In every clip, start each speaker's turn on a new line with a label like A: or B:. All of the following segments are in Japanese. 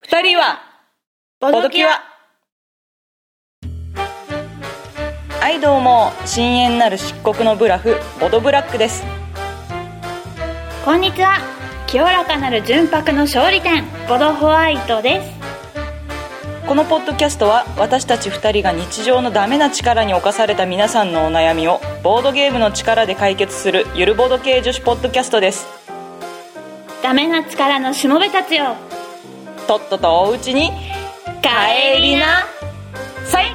A: 二人はボドキュアはいどうも深淵なる漆黒のブラフボドブラックです
B: こんにちは清らかなる純白の勝利点ボドホワイトです
A: このポッドキャストは私たち2人が日常のダメな力に侵された皆さんのお悩みをボードゲームの力で解決するゆるボード系女子ポッドキャストです
B: ダメな力のしもべたちよ
A: とっととおうちに帰りなさい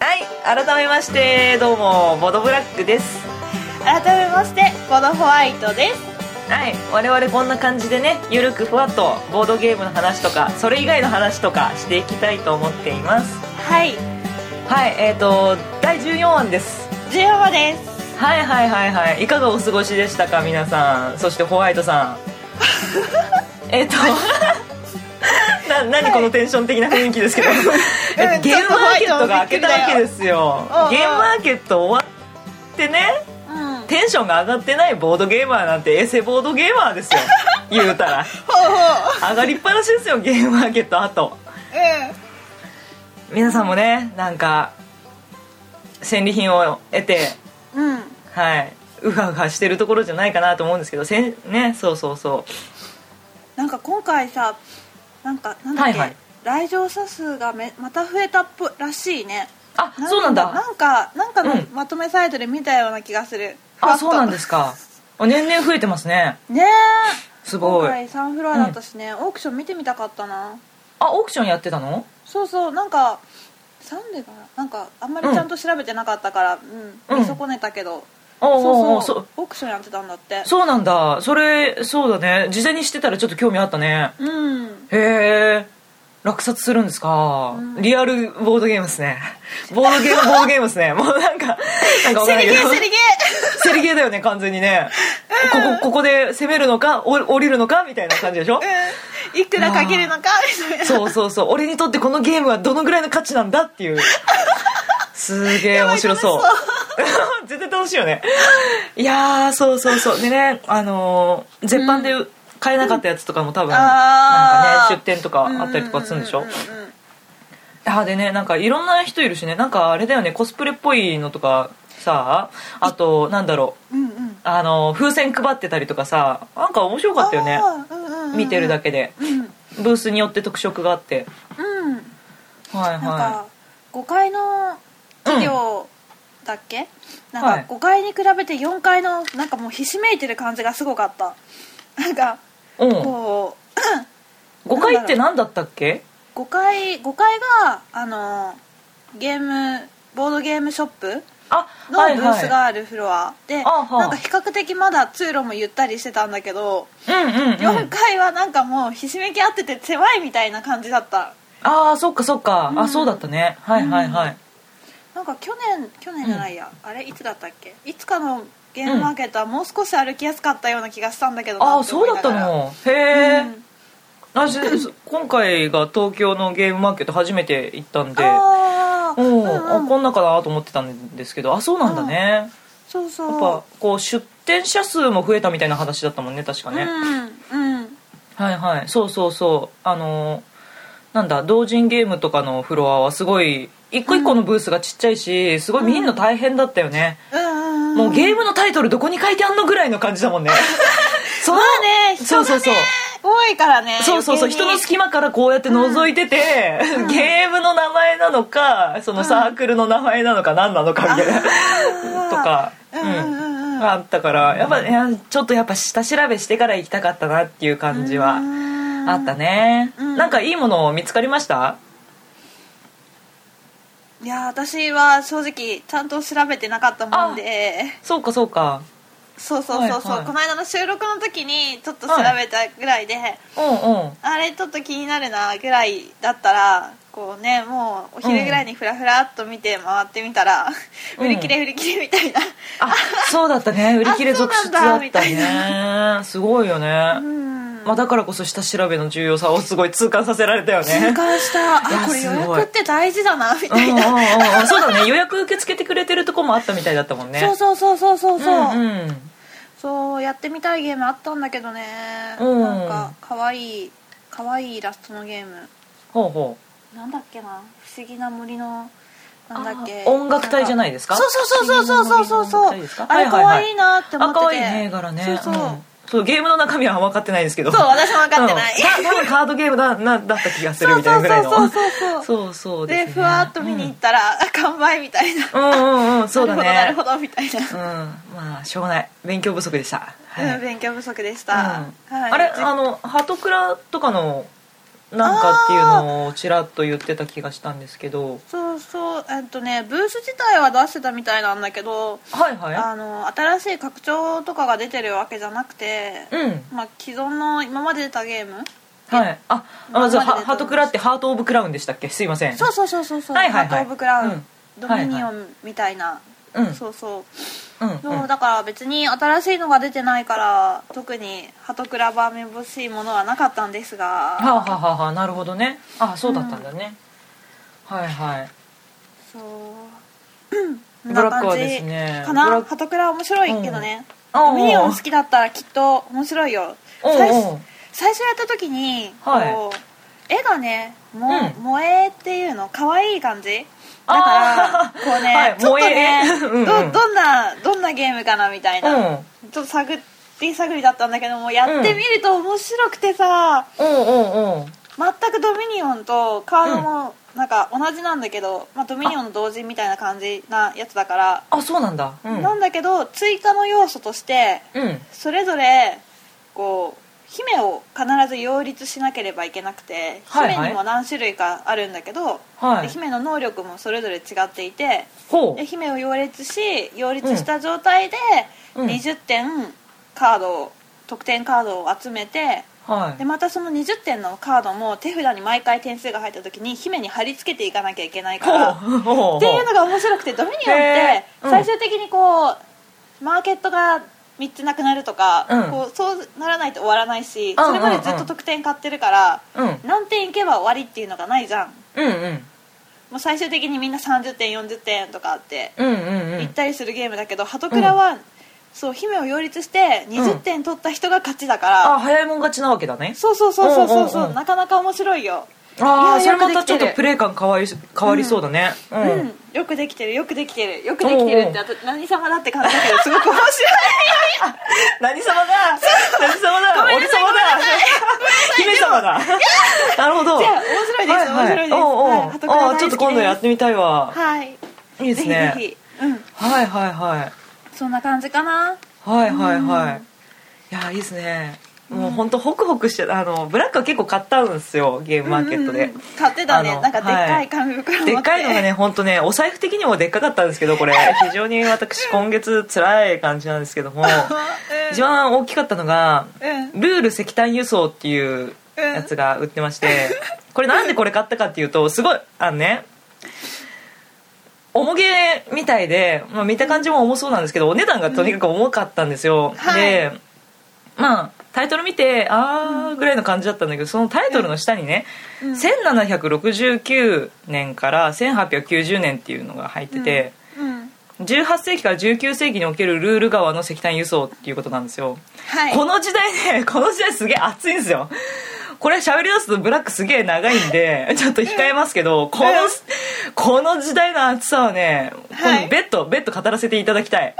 A: はい改めましてどうもボドブラックです
C: 改めましてボドホワイトです
A: はい我々こんな感じでねゆるくふわっとボードゲームの話とかそれ以外の話とかしていきたいと思っています
C: はい
A: はいえーと第14話です
C: 14話です
A: はいはいはいはいいかがお過ごしでしたか皆さんそしてホワイトさんえっとな何このテンション的な雰囲気ですけど、えっとゲームマーケットが開けたわけですよ
C: うんうん
A: ゲームマーケット終わってね
C: うんほう
A: テンションが上がってないボードゲーマーなんてエセボードゲーマー ですよ言うたら
C: ほう
A: 上がりっぱなしですよゲームマーケットあと
C: う
A: 皆さんもねなんか戦利品を得て
C: んうん
A: はい、うはうはしてるところじゃないかなと思うんですけどせんねそうそうそ
C: なんか今回さなんかなんだっけ、
A: はいはい
C: 来場者数がめまた増えたっぽらしいね
A: うあそうなんだ
C: なんかなんかの
A: うん
C: まとめサイトで見たような気がする、ふわ
A: あ
C: っと
A: そうなんですかあ年々増えてますね
C: ねえ
A: すご
C: 今
A: い
C: 回サンフロアだったしね、オークション見てみたかったな
A: あオークションやってたの
C: そうそうなんかサンデーかななんかあんまりちゃんと調べてなかったから、う
A: うん
C: ん、見損ねたけど、
A: おうおうお
C: そうう
A: そ
C: そううオークションやってたんだって
A: そうなんだそれそうだね事前にしてたらちょっと興味あったね
C: うん
A: へえ落札するんですか、
C: うん
A: リアルボードゲームですねボードゲームボードゲームですねもうなんかなんかわかんない
C: セ
A: け
C: リゲ
A: ど
C: ーセリゲ
A: セリゲーだよね完全にね、ここここで攻めるのかお降りるのかみたいな感じでしょ、
C: ー いくらかけるのかみ たいな
A: そうそうそう俺にとってこのゲームはどのぐらいの価値なんだっていうすげえ面白そう 絶対楽しいよねいやーそうそうそうでねあのー絶版で買えなかったやつとかも多分、なん
C: あ
A: か
C: ー
A: ね出店とかあったりとかするんでしょ、
C: ううんうん
A: あでねなんかいろんな人いるしねなんかあれだよねコスプレっぽいのとかさあとなんだろう
C: うんうん
A: あの風船配ってたりとかさなんか面白かったよね
C: あーうんうんうん
A: 見てるだけで
C: うん
A: ブースによって特色があって
C: うん
A: はい
C: なん
A: は
C: か5階の企業だっけ、
A: は
C: なん
A: い
C: か5階に比べて4階のなんかもうひしめいてる感じがすごかった なんか
A: いうん
C: こ
A: 5階って何だったっけ
C: う5階5階があのゲームボードゲームショップ
A: あ
C: のブースがあるフロアで、
A: あはあ
C: なんか比較的まだ通路もゆったりしてたんだけど、
A: うんうん、う
C: 4
A: ん、
C: 階はなんかもうひしめき合ってて狭いみたいな感じだった
A: ああそっかそっか、
C: う
A: あ
C: ん
A: そうだったねはいはいはい、
C: なんか去年去年じゃないや、あれいつだったっけいつかのゲームマーケットはもう少し歩きやすかったような気がしたんだけど
A: あ
C: な
A: あ
C: って
A: そ
C: 思
A: う
C: い
A: だっ
C: なが
A: た
C: ら
A: のへえ、
C: うん
A: 私今回が東京のゲームマーケット初めて行ったんで
C: あー
A: お
C: うん
A: お、
C: うん
A: あこんなかなと思ってたんですけどあそうなんだね、
C: そうそう
A: やっぱこう出店者数も増えたみたいな話だったもんね確かね、
C: うんうん
A: はいはいそうそうそうあのーなんだ同人ゲームとかのフロアはすごい一個一個のブースがちっちゃいしすごい見んの大変だったよね、
C: うんうん
A: もうゲ
C: ー
A: ームのタイトルどこに書いてあんのぐらいの感じだ もんねその
C: ね人
A: そうそうそう
C: 多いからね
A: そうそうそう
C: 余計
A: 人
C: に
A: の隙間からこうやって覗いてて、ゲームの名前なのかそのサークルの名前なのか何なのかみたいな、
C: あー
A: とか、
C: うんうんうんうん
A: あったからやっぱいやちょっとやっぱ下調べしてから行きたかったなっていう感じは
C: うん
A: あったね、
C: うん
A: なんかいいもの見つかりました
C: いやー私は正直ちゃんと調べてなかったもんで
A: そうかそうか
C: そうそうそうそう、
A: はいはい
C: この間の収録の時にちょっと調べたぐらいで、
A: うんうん
C: あれちょっと気になるなぐらいだったらこうねもうお昼ぐらいにフラフラっと見て回ってみたら、
A: うん
C: 売り切れ売り切れみたいな、
A: あそうだったね売り切れ続出だ
C: あそうなんだ
A: った
C: み
A: ねすごいよね、
C: うん
A: まあ、だからこそ下調べの重要さをすごい痛感させられたよね
C: 痛感した
A: いや
C: あこれ
A: す
C: 予
A: ごい
C: 約って大事だなみたい
A: うん
C: な、
A: うん うんうんそうだね予約受け付けてくれてるとこもあったみたいだったもんね
C: そうそうそうそうそうそう、
A: んうん
C: そうやってみたいゲームあったんだけどね、
A: うん
C: なんか可愛い可愛いイラストのゲーム
A: ほうほ
C: なんだっけな不思議な森のなんだっけ
A: う音楽隊じゃないですか
C: そうそうそうそうそうそうそ
A: 不
C: う
A: 思議な森の音楽隊ですか
C: あれ
A: はいはい
C: 可
A: はい
C: 愛いなって思
A: あ
C: ってて
A: 可愛いね絵柄ね
C: そうそう、
A: んそうゲームの中身は分かってないですけど
C: そう私も分かってない、
A: うんた多分カードゲームだなだった気がするみたいなぐらいの
C: そうそうそうそうそう
A: そうそう
C: で
A: ですね
C: ふわっと見に行ったら、完売みたいな、
A: うんうんうんうんそうだね
C: なるほどなるほどみたいな、
A: うんまあしょうがない勉強不足でした、はい
C: うん勉強不足でし
A: うん
C: た、はい、
A: あれ
C: じ
A: あのハトクラとかのなんかっていうのをちらっと言ってた気がしたんですけど
C: そうそうえっとねブース自体は出してたみたいなんだけど
A: はいは
C: あの新しい拡張とかが出てるわけじゃなくて
A: い、うん
C: まあ、既存の今まで出たゲーム
A: はいああ
C: 今まで
A: の
C: で
A: は
C: どう
A: ハトクラってハート・オブ・クラウンでしたっけすいません
C: そうそうそうそうそう、
A: はいはいはい
C: ハート・オブ・クラウン、
A: うん
C: ドミニオンみたいな、
A: うんうん
C: そうそう
A: うん
C: そう、だから別に新しいのが出てないから特にハトクラバーめぼしいものはなかったんです
A: はあ、
C: が
A: はあはあはあ、なるほどねあそうだったんだね、はいはい
C: そうこん
A: ブ
C: な
A: ラッ
C: 感
A: ク
C: じ
A: はですね
C: か
A: ブラ
C: な
A: ック
C: ハトクラ面白いけどね、
A: うんああ
C: ドミニオン好きだったらきっと面白いよ
A: おう
C: 最
A: お
C: 初
A: う
C: 最初やった時にこう、
A: はい
C: 絵がねも、
A: うん
C: 萌えっていうの可愛い感じだ
A: あ
C: か
A: ー
C: らこうね、
A: はい
C: ちょっとね
A: 萌えうんうん
C: どどんなどんなゲームかなみたいな、
A: うん
C: ちょっと探り探りだったんだけどもやってみると面白くてさ、
A: おうおうおう
C: 全くドミニオンとカードもなんか同じなんだけど、まあ、ドミニオンの同人みたいな感じなやつだから、
A: あそうなんだうん
C: なんだけど追加の要素として
A: うん
C: それぞれこう姫を必ず擁立しなければいけなくて、
A: はいはい
C: 姫にも何種類かあるんだけど、
A: はい
C: で姫の能力もそれぞれ違っていて
A: ほ
C: で
A: う
C: 姫を擁立し擁立した状態で
A: うん
C: 20点カードを得点カードを集めて
A: は
C: でまたその20点のカードも手札に毎回点数が入った時に姫に貼り付けていかなきゃいけない
A: い
C: から
A: ほうほうほう
C: っていうのが面白くてドミニオンって
A: へーうん
C: 最終的にこうマーケットが3つなくなるとか、
A: うん
C: こうそうならないと終わらないし
A: うんうん
C: そ
A: う
C: れ
A: ん
C: までずっと得点買ってるから
A: うん
C: 何点いけば終わりっていうのがないじゃん
A: うんうん
C: もう最終的にみんな30点40点とかあって
A: うんうんう
C: 行っ
A: ん
C: たりするゲームだけどハトクラは、そう姫を擁立して20点取った人が勝ちだから、
A: あ早いもん勝ちなわけだね
C: そうそうそうそうそうそう
A: うんうんうん
C: なかなか面白いよ
A: ああ
C: い
A: そ
C: や
A: れま
C: よ
A: た
C: く
A: ち
C: で
A: ょ
C: き
A: ってと
C: る
A: プレイ感変わり変わりそうだねう、
C: うんん、よくできてるよくできてるよくできてるってあと何様だって感じだけどすごく面白い
A: 何様だ何様だ
C: ごめん
A: 俺
C: なさい
A: 様だ姫様だ なるほど
C: じゃあ面白いです、面白いです
A: おうおう
C: はい鳩倉大好き
A: あー
C: です
A: ちょっと今度やってみたいわ
C: はい
A: いいです
C: ぜ
A: ね
C: ひぜひうん
A: はいはいはい
C: そんな感じかな
A: はいはいは
C: う
A: いいやーいいですねもう本当ホクホクしてあのブラックは結構買ったんですよゲームマーケットで、
C: うんうんうん買ってたね
A: あの
C: なんかでっか
A: はいい
C: 紙 袋持って
A: でっかいのがね本当ねお財布的にもでっかかったんですけど これ非常に私今月辛い感じなんですけども
C: うん
A: 一番大きかったのが
C: うん
A: ルール石炭輸送っていうやつが売ってまして、これなんでこれ買ったかっていうとすごいあのね重げみたいで、まあ、見た感じも重そうなんですけどお値段がとにかく重かったんですよ、
C: はい
A: でまあタイトル見てあーぐらいの感じだったんだけどそのタイトルの下にね、
C: うん
A: 1769年から1890年っていうのが入ってて、
C: うん
A: 18世紀から19世紀におけるルール川の石炭輸送っていうことなんですよ
C: はい
A: この時代ね この時代すげえ熱いんですよこれ喋り出すとブラックすげえ長いんでちょっと控えますけどこのこの時代の熱さはね、
C: は
A: 今度
C: い
A: 別途別途語らせていただきた い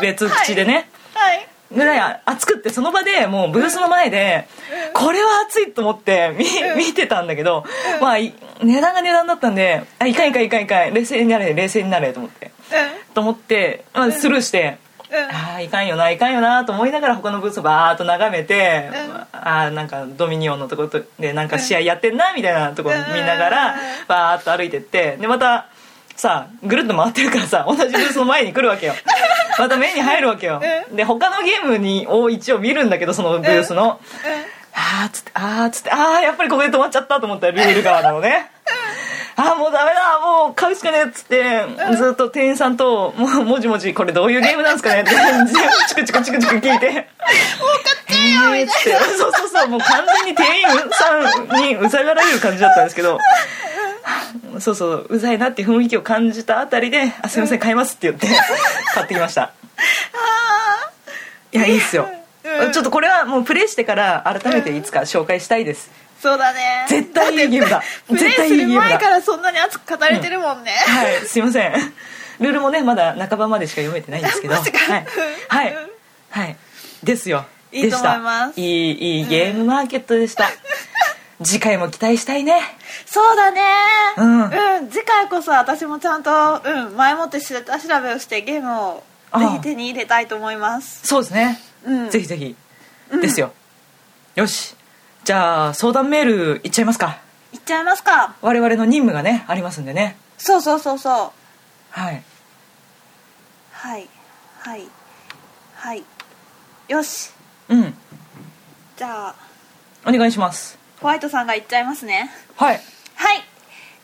A: 別口でね、
C: はい
A: ぐらい熱くってその場でもうブースの前でこれは熱いと思って見見てたんだけどまあい値段が値段だったんであいかんいかんいかんいかん冷静になれ冷静になれと思ってと思ってまあスルーして
C: うんうん
A: ああいかんよないかんよなと思いながら他のブースをバーっと眺めて、
C: うん
A: ああなんかドミニオンのところでなんか試合やってんなみたいなところ見ながら
C: うん
A: バーっと歩いてってでまたさぐるっと回ってるからさ同じブースの前に来るわ けよまた目に入るわけよ、で他のゲームにを一応見るんだけどそのブースの、あーっつってあーっつってあーやっぱりここで止まっちゃったと思ったらルール側なのねあーもうダメだもう買うしかねえっつって、ずっと店員さんともうもじもじこれどういうゲームなんですかねって全部チクチクチクチク聞いてもう買ってよ みたいな、そうそうそうもう完全に店員さんにうざがられる感じだったんですけどそうそううざいなって雰囲気を感 じたあたりで「あすいません買います」って言って買ってきました
C: あ
A: いやいいっすよ、
C: うん
A: ちょっとこれはもうプレイしてから改めていつか紹介したいです、
C: そうだね
A: 絶対いいゲームだ
C: プレイ
A: 絶対い
C: す
A: いゲ
C: る
A: ームだ
C: 前からそんなに熱く語れてるもんね、
A: はい、すいません。ルールもね、まだ半ばまでしか読めてないんですけど。は
C: マジ
A: い
C: か。
A: はい
C: うん。
A: はい。ですよ。
C: いいと思います
A: でしたいい、いいゲームマーケットでした。次回も期待したいね。
C: そうだね
A: うん
C: うん、次回こそ私もちゃんと、うん、前もって下調べをしてゲームをぜひ手に入れたいと思います
A: そうですね。
C: うん
A: ぜひぜひ。ですよ。よし。じゃあ、相談メールいっちゃいますか。
C: いっちゃいますか
A: 我々の任務がね、ありますんでね。
C: そうそうそうそう
A: はい。
C: はいはいはいよし
A: うん。
C: じゃあ
A: お願いします。
C: ホワイトさんがいっちゃいますね
A: はい。
C: はい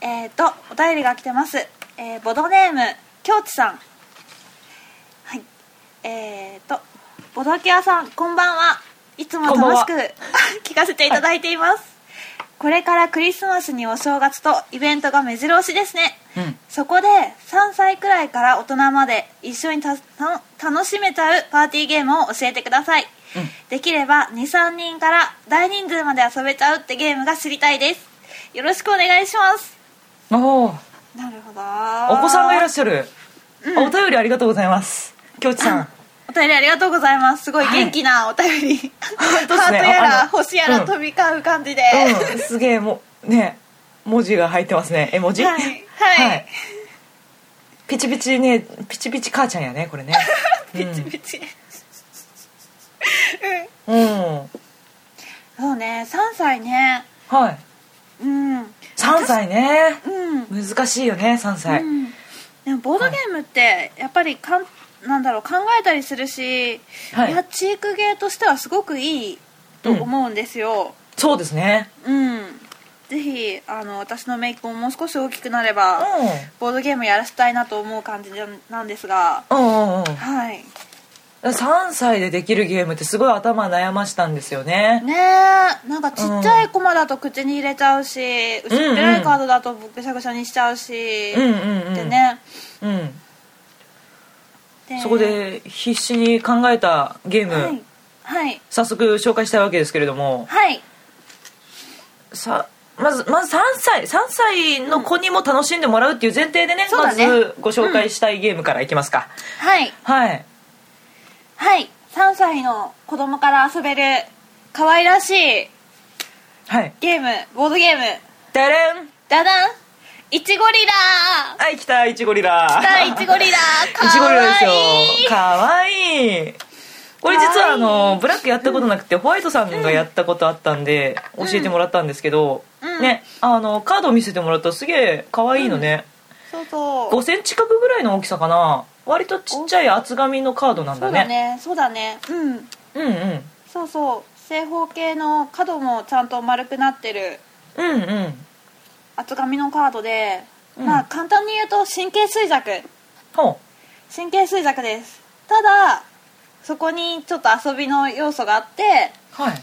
C: えっ、とお便りが来てます、えーボドネーム京地さんはいえっ、とボドキアさんこんばんはいつも
A: こんばん
C: 楽
A: は
C: しく 聞かせていただいています、これからクリスマスにお正月とイベントが目白押しですね
A: うん。
C: そこで3歳くらいから大人まで一緒にたた楽しめちゃうパーティーゲームを教えてください、
A: うん
C: できれば23人から大人数まで遊べちゃうってゲームが知りたいですよろしくお願いします
A: おー
C: なるほど
A: お子さんがいらっ
C: し
A: しゃる。お便りありがとうございます。京地さん。
C: お便りありがとうございますすごい
A: はい
C: 元気なお便り、
A: 本当っ
C: ハ
A: す
C: ー
A: ね
C: ト
A: あ
C: やら
A: の
C: 星やら
A: うん
C: 飛び交う感じで、
A: うん、すげえもうね文字が入ってますね絵文字
C: はいはい
A: ピチピチねピチピチ母ちゃんやねこれね
C: ピチ ピチ、
A: うん、うん
C: そうね3歳ね
A: はい
C: うん
A: 3歳ね
C: うん
A: 難しいよね3歳、
C: うん、でもボードゲームってやっぱりかん、なんだろう考えたりするし、
A: はい
C: い、やチークゲーとしてはすごくいいと思うんですよ
A: そうですね
C: うん、ぜひあの私のメイクももう少し大きくなれば、
A: う
C: ボードゲームやらせたいなと思う感じなんなんですが
A: んうんうんうん
C: はい
A: 3歳でできるゲームってすごい頭悩ましたんですよね
C: ねえなんかちっちゃいコマだと口に入れちゃうし薄っぺらいカードだとぐしゃぐしゃにしちゃうし、
A: うんうんうん
C: でね
A: うん
C: で
A: そこで必死に考えたゲーム、
C: はいはい
A: 早速紹介したいわけですけれども
C: はい
A: さまずまず3歳3歳の子にも楽しんでもらうっていう前提でね,、
C: そう
A: ま
C: だね
A: ずご紹介したいゲームからいきますか、
C: はい
A: はい
C: はい3歳の子供から遊べる可愛らしい
A: はい
C: ゲームボードゲーム
A: ダレン
C: ダダンイチゴリラ
A: はい来たイチゴリラ
C: だイチゴリラ
A: イチ
C: か
A: ゴリラで
C: わ
A: すよ
C: いい
A: かわいいこれ実はあ
C: か
A: のブラックやったことなくてホワイトさんがやったことあったんで教えてもらったんですけど、
C: うん
A: ねあのカードを見せてもらったらすげえかわいいのね、
C: そうそう
A: 5センチ角ぐらいの大きさかな割とちっちゃい厚紙のカードなん
C: そ
A: だ
C: うだ
A: ね
C: ねそうだねうん
A: うんうん
C: そうそう正方形の角もちゃんと丸くなってる
A: うんうん
C: 厚紙のカードで、
A: うん
C: まあ簡単に言うと神経衰弱
A: ほ
C: 神経衰弱ですただそこにちょっと遊びの要素があって
A: うはい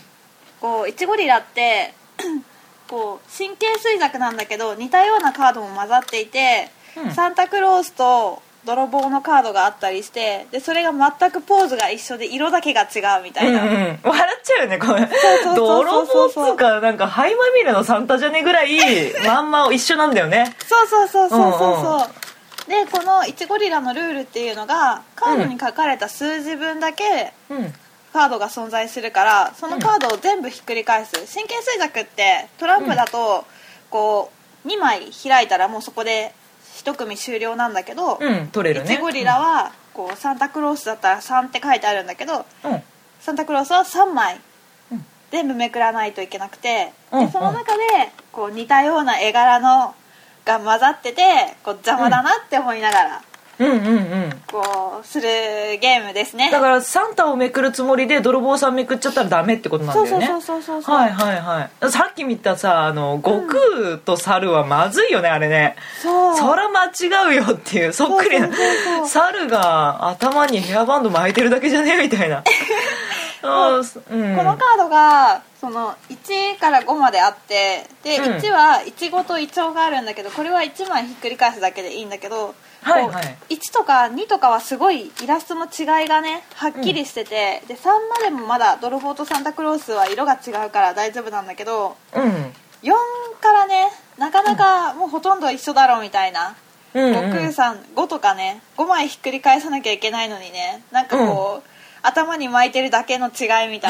C: こうイチゴリラって こう神経衰弱なんだけど似たようなカードも混ざっていて、
A: うん
C: サンタクロースと泥棒のカードがあったりしてでそれが全くポーズが一緒で色だけが違うみたいな、
A: うんうん、笑っちゃうよねこれ
C: そうそう
A: 泥
C: そう
A: 棒
C: そう
A: っつうかなんか灰まみれのサンタじゃねぐらい まんま一緒なんだよね
C: そうそうそうそうそ
A: う
C: う
A: んうん
C: そうでこのイチゴリラのルールっていうのがカードに書かれた数字分だけ
A: うん
C: カードが存在するからそのカードを全部ひっくり返す神経衰弱ってトランプだとこう2枚開いたらもうそこで1組終了なんだけど、
A: うん取れる
C: イ
A: ね
C: チゴリラはこうサンタクロースだったら3って書いてあるんだけど
A: うん
C: サンタクロースは3枚
A: うん
C: 全部めくらないといけなくて
A: うんう
C: で
A: ん
C: その中でこう似たような絵柄のが混ざっててこう邪魔だなって思いながら
A: うんうんうん
C: こうするゲームですね
A: だからサンタをめくるつもりで泥棒さんめくっちゃったらダメってことなんだ
C: そう
A: よ
C: そう
A: ね
C: そうそうそうそう、
A: はいはいはいさっき見たさあの悟空と猿はまずいよね、あれね
C: そう
A: そら間違うよっていうそっくりな
C: そうそうそうそう
A: 猿が頭にヘアバンド巻いてるだけじゃねみたいなあーうん
C: このカードがその1から5まであってで、
A: うん
C: 1はイチゴとイチョウがあるんだけどこれは1枚ひっくり返すだけでいいんだけど、
A: はい
C: こう
A: はい
C: 1とか2とかはすごいイラストの違いがねはっきりしてて、で3までもまだ泥棒とサンタクロースは色が違うから大丈夫なんだけど
A: うん
C: 4からねなかなかもうほとんど一緒だろうみたいな。
A: うん
C: 悟空さん5とかね5枚ひっくり返さなきゃいけないのにねなんかこう、頭に巻いてるだけの違いみ たいなね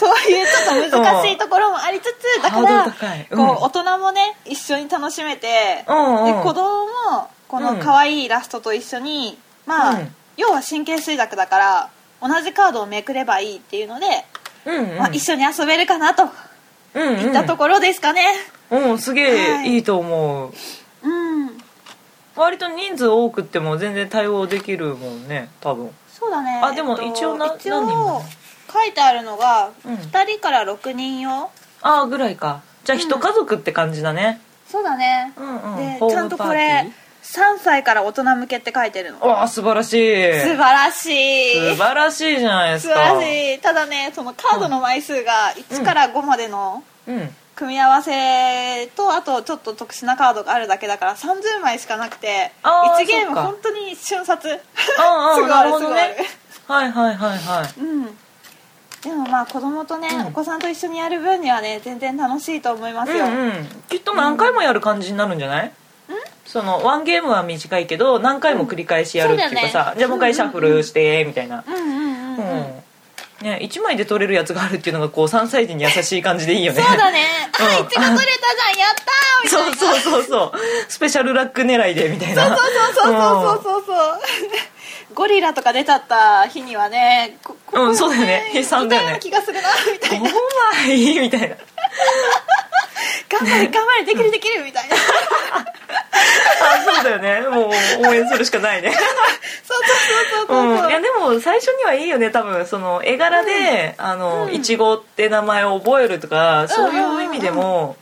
C: そういうちょっと難しいところもありつつだか
A: ハード
C: ら、
A: ル高いうん
C: こう大人もね一緒に楽しめて、
A: うんうん
C: で子供もこの可愛いイラストと一緒に、まあ、
A: うん
C: 要は神経衰弱だから同じカードをめくればいいっていうので、
A: うんうん
C: まあ、一緒に遊べるかなと
A: うん
C: いったところですかね。
A: うんうんすげ
C: は
A: え
C: い
A: いいと思う
C: うん
A: 割と人数多くっても全然対応できるもんね多分
C: そうだね
A: あでも
C: えっと
A: 一応な
C: 一
A: 何人
C: 応
A: も
C: 書いてあるのが
A: うん
C: 2人から6人用、
A: ああぐらいかじゃあ
C: うん
A: 一家族って感じだね
C: そうだね、
A: うんうん
C: で
A: ホーム
C: ちゃんとこ
A: パーテ
C: れ
A: ィー
C: 3歳から大人向けって書いてるの素
A: わあ素晴らしい
C: 晴らしい
A: 素晴らしいじゃないです
C: 素
A: か
C: 晴らしいただねそのカードの枚数が1から5までの
A: うん
C: 組み合わせとあとちょっと特殊なカードがあるだけだから30枚しかなくて
A: あー
C: 1ゲー
A: そ
C: ム
A: っか
C: 本当に瞬殺す
A: ああ
C: ぐ
A: な
C: あ
A: る
C: る
A: ほ
C: す
A: ど
C: ぐある
A: ねはいはいはいはい
C: うん、でもまあ子供とね、
A: うん
C: お子さんと一緒にやる分にはね全然楽しいと思いますよ、
A: うんうん、きっと何回もやる感じになるんじゃない、そのワンゲームは短いけど何回も繰り返しやるっていうか
C: そうだ
A: さ、
C: ね
A: じゃあもう一回シャッフルしてみたいな、
C: うんうんうん
A: う
C: うん
A: んね、1枚で取れるやつがあるっていうのがこう3歳児に優しい感じでいいよね
C: そうだね、あ
A: うん
C: いちご取れたじゃんやったーみた い
A: そうそ
C: な
A: うそうそうスペシャルラック狙いでみたいな
C: そうそうそうそうそうゴリラとか出ちゃった日にはねここ
A: うんそうだよね
C: 痛
A: 悲惨だよね
C: い気がするなみたいな
A: 5枚みたいな
C: 頑張れ頑張れできるできるみたいなそう
A: あそうだよねもう応援するしかないね
C: そうそうそう
A: う
C: そう、
A: ん、いやでも最初にはいいよね多分その絵柄で、あのいちごって名前を覚えるとかそういう意味でも、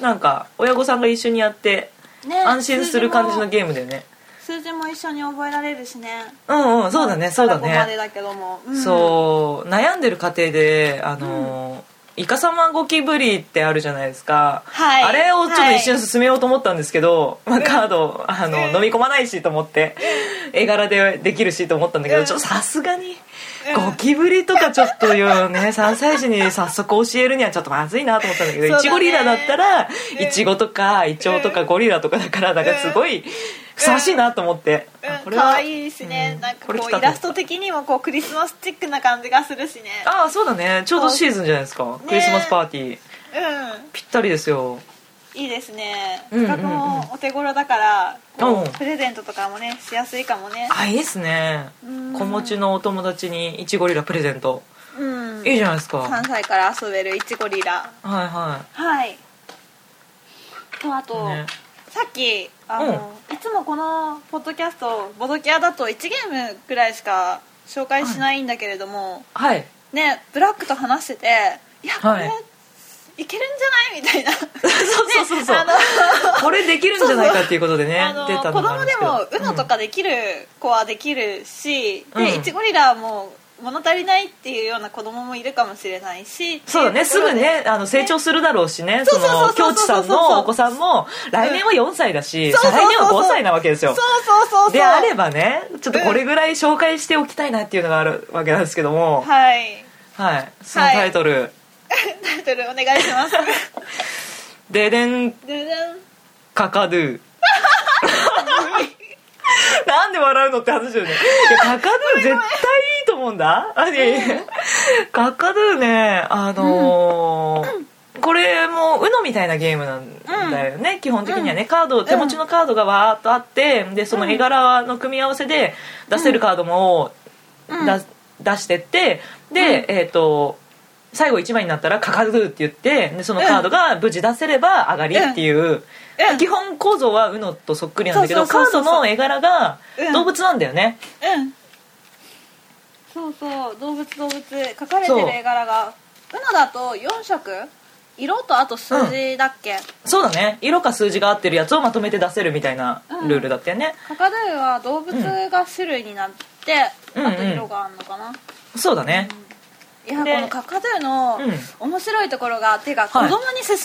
A: なんか親御さんが一緒にやって
C: ね
A: 安心する感じの
C: 数字も
A: ゲームだよね
C: 数字も一緒に覚えられるしね
A: うんうんそうだねそうだ
C: ここまで
A: ね、
C: だけども、うん
A: そう悩んでる過程であの、イカサマゴキブリってあるじゃないですか、
C: はい
A: あれをちょっと
C: はい
A: 一瞬進めようと思ったんですけど、まあ、カードあの、
C: うん
A: 飲み込まないしと思って絵柄でできるしと思ったんだけど、
C: うん
A: ちょっとさすがに
C: うん
A: ゴキブリとかちょっとよね3歳 児に早速教えるにはちょっとまずいなと思ったんだけ
C: そう
A: ど
C: だ
A: イ
C: ね
A: チゴリラだったらイチゴとかイチョウとかゴリラとかだからなんかすごいふさわしいなと思って、あ
C: うん、可愛いしね、
A: うん
C: なんか
A: これ来
C: こ
A: た
C: う
A: と
C: イラスト的にもこうクリスマスチックな感じがするしね
A: ああそうだねちょうどシーズンじゃないですか、クリスマスパーティーぴったりですよ
C: うんいいですね
A: うんうん
C: 価
A: うん
C: 格もお手頃だからこ
A: うん
C: うプレゼントとかもねしやすいかもね
A: あいいですね
C: うん
A: 子持ちのお友達にイチゴリラプレゼント
C: うん
A: いいじゃないですかはい
C: 3歳から遊べるいちごリラ
A: は
C: はいとあと、
A: い、ね、
C: さっきあの、いつもこのポッドキャストボドキアだと1ゲームくらいしか紹介しないんだけれども、
A: はい
C: ねブラックと話してていやこれ、
A: はい
C: い、けるんじゃないみたいな
A: そうそうそうそう
C: あの
A: これできるんじゃないかっていうことでね
C: あの
A: 出た
C: 子
A: のがあるん
C: 供
A: で
C: で
A: け
C: す
A: ど
C: も UNO とかできる子はできるし、
A: うん
C: でいちごリラも物足りないっていうような子供もいるかもしれないし
A: そうだねすぐねあの成長するだろうしね
C: そ
A: そう
C: そうそう
A: の
C: そう
A: 京地さんのお子さんも来年は4歳だし、
C: そうそう
A: 再
C: そう
A: 来年は5歳なわけです
C: そう
A: よ
C: そうそうそう
A: であればねちょっとこれぐらい紹介しておきたいなっていうのがあるわけなんですけども、
C: はい
A: はいそのタイトル、
C: タイトルお願いし ます
A: ででん
C: ででん
A: カカドゥ なんで笑うのって話だよねいやカカドゥ絶対いいと思うんだあいやいやカカドゥねあのーこれも UNO みたいなゲームなんだよね、基本的にはねカード手持ちのカードがわーっとあってでその絵柄の組み合わせで出せるカードも
C: うん
A: だ出してってで、えっ、と最後1枚になったら「カカドゥ」って言ってでそのカードが無事出せれば上がりっていう、
C: うん
A: 基本構造は UNO とそっくりなんだけど
C: そ
A: カ
C: う
A: ー
C: そうそうそう
A: ドの絵柄が
C: うん
A: 動物なんだよね、
C: うんそうそう動物動物書かれてる絵柄が UNO だと4色色とあと数字だっけ、
A: そうだね色か数字が合ってるやつをまとめて出せるみたいなルールだったよね、
C: カカドゥは動物が種類になって、
A: うん
C: あと色があるのかな、
A: そうだね、
C: いやこ
A: で
C: のカカドゥの面白いところが、ていうか子
A: はい
C: 供に勧める、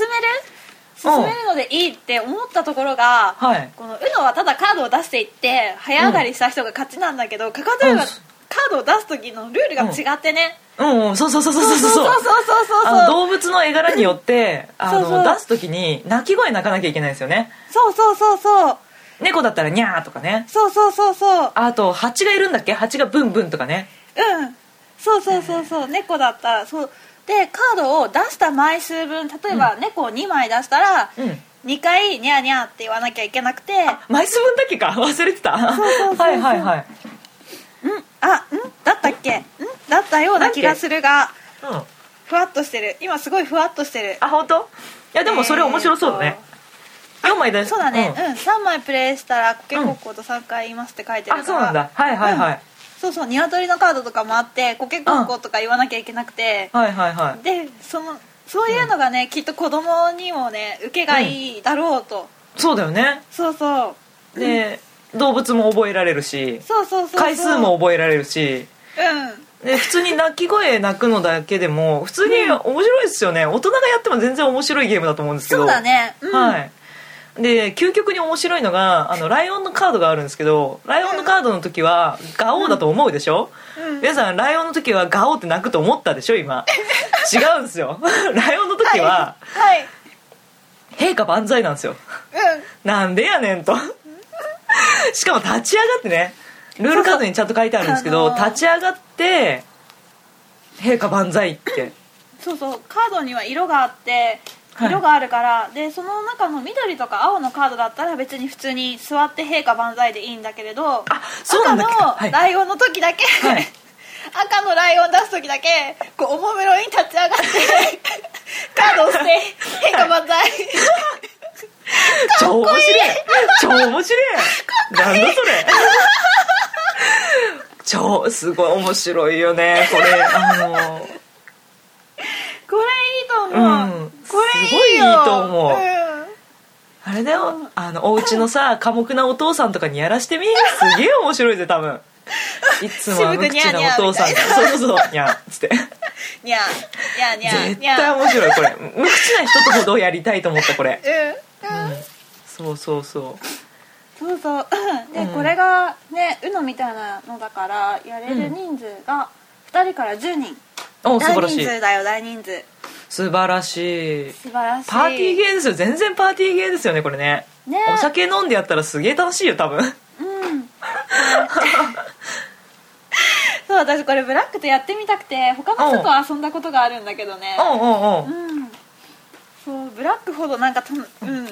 C: 勧めるのでいいって思ったところが、
A: はい
C: この UNO はただカードを出していって早上がりした人が勝ちなんだけど、カカドゥ
A: うん
C: はカードを出す時のルールが違ってね、
A: うんうんそうそうそうそうそう
C: そう
A: そ
C: そううそうそうそう
A: あの
C: そう
A: 動物の絵柄によってあの
C: そうそう
A: 出す時に鳴き声鳴かなきゃいけないんですよね
C: そうそうそうそう
A: 猫だったらニャーとかね
C: そうそうそうそう
A: あと蜂がいるんだっけ蜂がブンブンとかね
C: うんそうそうそうそう猫だったらそうでカードを出した枚数分例えば、猫を2枚出したら、
A: うん
C: 2回ニャーニャーって言わなきゃいけなくて
A: 枚数分だっけか 忘れてた
C: そうそうそう
A: はいはいはい、
C: うんあうんだったっけんだったような気がするが
A: うん、あ
C: ふわっとしてる今すごいふわっとしてる
A: 本当？いやでもそれ面白そうだね、4枚だ
C: そうだね、うん
A: ん
C: 3枚プレイしたらコケコッコーと3回言いますって書いてるから、
A: あそうなんだはいはいはい、
C: そうそう鶏のカードとかもあってコケコッコーとか言わなきゃいけなくて、
A: はいはいはい
C: でそのそういうのがね、きっと子供にもね受けがいいだろうと、
A: そうだよね
C: そうそう
A: で、動物も覚えられるし
C: そうそうそうそう
A: 回数も覚えられるし
C: う
A: で普通に鳴き声鳴くのだけでも普通に面白いですよね、大人がやっても全然面白いゲームだと思うんです
C: ん
A: けど
C: そうだね、うん、
A: はいで究極に面白いのがあのライオンのカードがあるんですけどライオンのカードの時はガオーだと思うでしょ、
C: うん
A: 皆さんライオンの時はガオーって鳴くと思ったでしょ今違うんですよ ライオンの時は
C: はい
A: 陛下万歳なんですよ
C: うん
A: なんでやねんとしかも立ち上がってねルールカードにちゃんと書いてあるんですけど
C: そうそう
A: 立ち上がって「陛下万歳」って
C: そうそうカードには色があって
A: はい
C: 色があるから、でその中の緑とか青のカードだったら別に普通に座って陛下万歳でいいんだけれ
A: あ
C: ど
A: そうなんだっけ
C: 赤
A: は
C: の
A: い
C: ライオンの時だけ、
A: はい
C: 赤のライオン出す時だけこうおもむろに立ち上がって カードを押して陛下万歳
A: 超面白い超面白いなんだそれ超すごい面白いよねこれあの
C: これいいと思う、
A: うん
C: これいいよ
A: すごいいいと思う
C: うん
A: あれだよあのお家のさ寡黙なお父さんとかにやらしてみすげえ面白いぜ多分いつも無口なお父さんがそうそうそうにゃんっつって
C: にゃーにゃー
A: 絶
C: にゃーにゃ
A: 対面白いこれ無口な人とほどやりたいと思ったこれ
C: ーうん
A: そうそうそう
C: そうそううんで、
A: うん
C: これがね UNO みたいなのだからやれる人数が2人から10人、
A: お素
C: 大
A: 晴ら
C: 人
A: しい
C: 数だよ大人数
A: 素晴らしい
C: 素晴らしい
A: パーティーゲーですよ全然パーティーゲーですよねこれね
C: ね
A: お酒飲んでやったらすげえ楽しいよ多分
C: うんそう私これブラックとやってみたくて他の人と遊んだことがあるんだけどね
A: うんうんう
C: うんんそうブラックほどなんかたのうん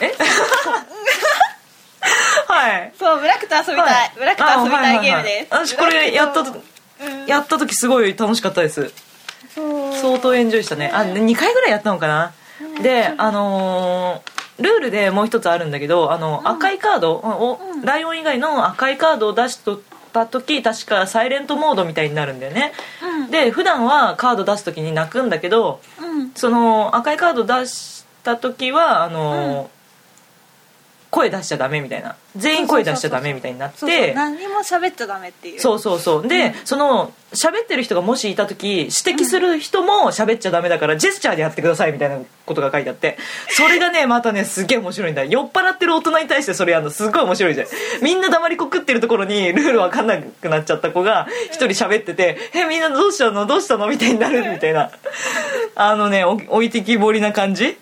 A: えはい
C: そうブラックと遊びたい、
A: はい
C: ブラックと遊びたいゲームです、
A: あはいはいはい私これやったと
C: ブラックうん
A: やった時すごい楽しかったです
C: そう
A: 相当エンジョイしたねあ2回ぐらいやったのかなであのールールでもう一つあるんだけどあの、赤いカードを、
C: うん
A: ライオン以外の赤いカードを出しとった時確かサイレントモードみたいになるんだよね、
C: うん
A: で普段はカード出す時に泣くんだけど
C: うん
A: その赤いカード出した時はあのー、声出しちゃダメみたいな全員声出しちゃダメみたいになって
C: そうそう何にも喋っちゃダメっていう
A: そうそうそうで、その喋ってる人がもしいた時指摘する人も喋っちゃダメだから、ジェスチャーでやってくださいみたいなことが書いてあってそれがねまたねすげえ面白いんだ酔っ払ってる大人に対してそれやるのすごい面白いじゃんみんな黙りこくってるところにルールわかんなくなっちゃった子が一人喋ってて「えみんなどうしたのどうしたの?」みたいになるみたいなあのねお置いてきぼりな感じ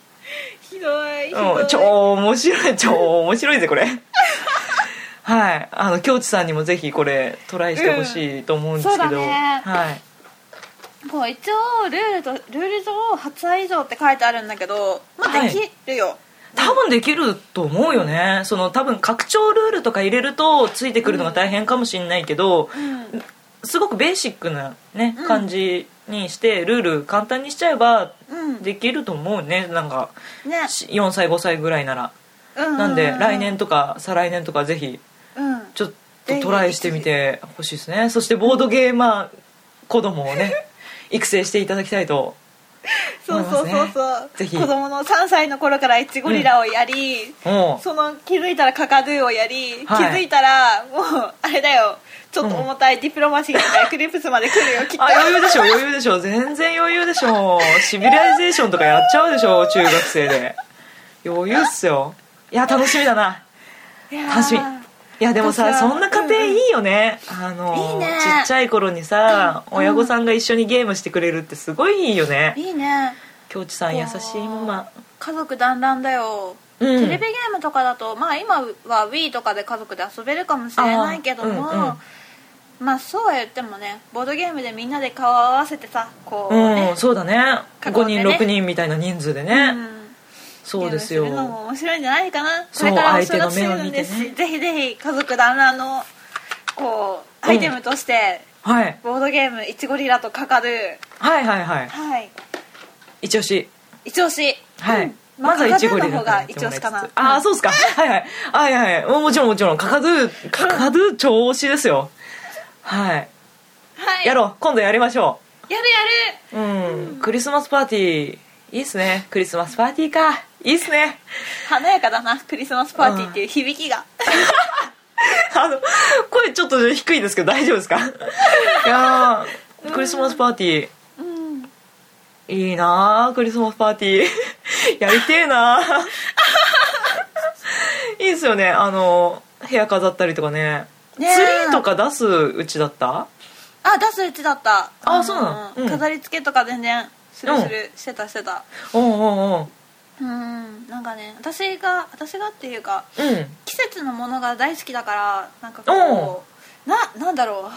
C: ひどいひどい、
A: うん、超面白い超面白いぜこれはいあの京地さんにもぜひこれトライしてほしいと思うんですけど、
C: うんそうだね
A: はい
C: こう一応ルールとルール上8歳以上って書いてあるんだけどまあ
A: はい
C: できるよ、
A: 多分できると思うよねその多分拡張ルールとか入れるとついてくるのが大変かもしれないけど、
C: うん
A: すごくベーシックなね
C: うん
A: 感じにしてルール簡単にしちゃえば
C: うん
A: できると思うねなんか
C: ね
A: し4歳5歳ぐらいなら
C: うん
A: なんで来年とか再来年とかぜひ
C: うん
A: ちょっとトライしてみてほしいですねそしてボードゲーマー子供を ね育成していただきたいと
C: そうそうそうそう、
A: ぜひ
C: 子供の3歳の頃からイチゴリラをやり、
A: もう
C: その気づいたらカカドゥをやり、
A: はい
C: 気づいたらもうあれだよちょっと重たいディプロマシーがクリプスまで来るよきっと
A: あ余裕でしょ余裕でしょ全然余裕でしょシビライゼーションとかやっちゃうでしょ中学生で余裕っすよいや楽しみだない
C: やー
A: 楽しみいやでもさ
C: 私は
A: そんな家庭いいよね、あの
C: いいね
A: ちっちゃい頃にさ、
C: うん
A: 親御さんが一緒にゲームしてくれるってすごいいいよね
C: いいね
A: 京地さん優しいママ
C: 家族団らんだよ、
A: うん
C: テレビゲームとかだとまあ今は Wii とかで家族で遊べるかもしれないけども、
A: あーうんうん
C: まあそうは言ってもねボードゲームでみんなで顔を合わせてさこうね
A: うん、そうだね
C: 囲んでね
A: 5人6人みたいな人数でね、
C: うん
A: そうです
C: ゲームるの
A: よ
C: も面白いんじゃないかなこ
A: そう
C: れからお正月シ
A: 相手の
C: ー
A: 目を
C: ズ
A: 見
C: ン
A: て
C: で
A: ね
C: すし、ぜひぜひ家族団らんのこうアイテムとして、
A: はい
C: ボードゲーム「いちごリラ」とかかる
A: はいはいはい
C: はい
A: 一押し
C: 一押し
A: はい、
C: うんまずは
A: イ
C: イ
A: チ
C: チ
A: ゴ
C: ゴ
A: リ
C: リ
A: ラ
C: ラの方が一押しかな
A: ああそうっ すかはいはいはいはいもうもちろんもちろんカカドゥカカドゥ超推しですよはい
C: はい
A: やろう今度やりましょ
C: やるや
A: う
C: る
A: うん、クリスマスパーティーいいっすねクリスマスパーティーかいいっすね
C: 華やかだなクリスマスパーティーっていう響きが、
A: あの声ちょっと低いですけど大丈夫ですかいやークリスマスパーティー
C: うん、
A: いいなあクリスマスパーティー やりてえなあ いいですよねあの部屋飾ったりとかねツリ
C: ねえ
A: ーとか出すうちだった
C: あ出すうちだった
A: あそうなのうん
C: 飾り付けとか全然するする、してたしてた
A: おうんうんうん
C: うんなんかね私が私がっていうか
A: うん
C: 季節のものが大好きだからなんかこうななんだろ